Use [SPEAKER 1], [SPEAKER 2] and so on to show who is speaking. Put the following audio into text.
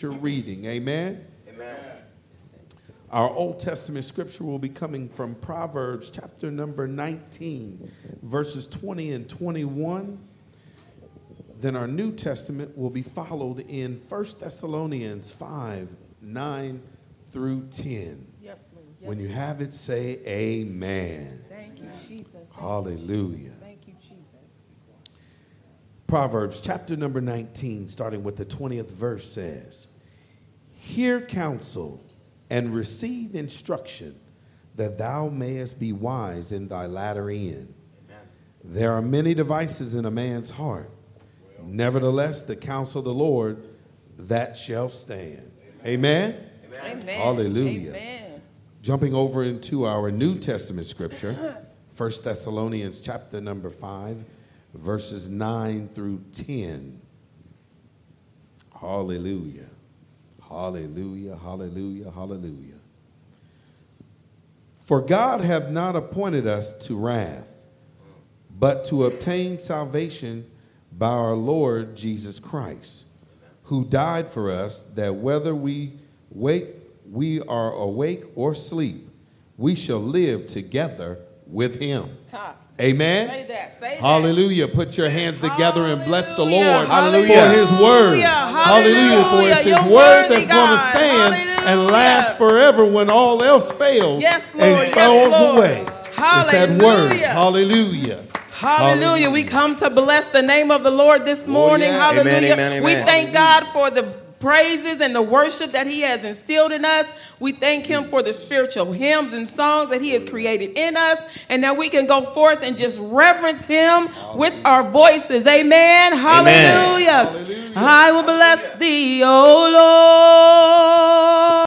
[SPEAKER 1] scripture reading. Amen?
[SPEAKER 2] Amen.
[SPEAKER 1] Our Old Testament scripture will be coming from Proverbs chapter number 19, verses 20 and 21. Then our New Testament will be followed in 1 Thessalonians 5, 9 through 10.
[SPEAKER 3] Yes, Lord. Yes,
[SPEAKER 1] When you
[SPEAKER 3] Lord.
[SPEAKER 1] have it, say amen.
[SPEAKER 3] Thank you, Jesus. Thank you,
[SPEAKER 1] Hallelujah.
[SPEAKER 3] Jesus. Thank you, Jesus.
[SPEAKER 1] Proverbs chapter number 19, starting with the 20th verse, says, Hear counsel and receive instruction, that thou mayest be wise in thy latter end. There are many devices in a man's heart. Nevertheless, the counsel of the Lord, that shall stand. Amen?
[SPEAKER 3] Amen.
[SPEAKER 1] Hallelujah.
[SPEAKER 3] Amen.
[SPEAKER 1] Jumping over into our New Testament scripture, 1 Thessalonians chapter number 5, verses 9 through 10. Hallelujah. Hallelujah, hallelujah, hallelujah. For God hath not appointed us to wrath, but to obtain salvation by our Lord Jesus Christ, who died for us, that whether we wake, we are awake or sleep, we shall live together with him.
[SPEAKER 3] Ha. Say
[SPEAKER 1] Amen.
[SPEAKER 3] that. Say
[SPEAKER 1] Hallelujah. Put your hands
[SPEAKER 3] that.
[SPEAKER 1] together and bless the
[SPEAKER 3] Hallelujah.
[SPEAKER 1] Lord
[SPEAKER 3] Hallelujah.
[SPEAKER 1] for his word.
[SPEAKER 3] Hallelujah.
[SPEAKER 1] For it's his
[SPEAKER 3] You're
[SPEAKER 1] word
[SPEAKER 3] worthy,
[SPEAKER 1] that's going to
[SPEAKER 3] God.
[SPEAKER 1] stand and
[SPEAKER 3] Hallelujah.
[SPEAKER 1] last forever when all else fails
[SPEAKER 3] Yes, Lord.
[SPEAKER 1] and
[SPEAKER 3] Yes,
[SPEAKER 1] falls
[SPEAKER 3] Lord.
[SPEAKER 1] away. It's that word.
[SPEAKER 3] Hallelujah.
[SPEAKER 1] Hallelujah.
[SPEAKER 3] Hallelujah.
[SPEAKER 1] Hallelujah.
[SPEAKER 3] We come to bless the name of the Lord this morning.
[SPEAKER 1] yeah.
[SPEAKER 3] Hallelujah.
[SPEAKER 2] Oh, Amen, amen, Mm-hmm.
[SPEAKER 3] We
[SPEAKER 2] amen.
[SPEAKER 3] thank God for the praises and the worship that He has instilled in us. We thank Him for the spiritual hymns and songs that He has created in us. And now we can go forth and just reverence Him with our voices. Amen. Hallelujah. I will bless thee, O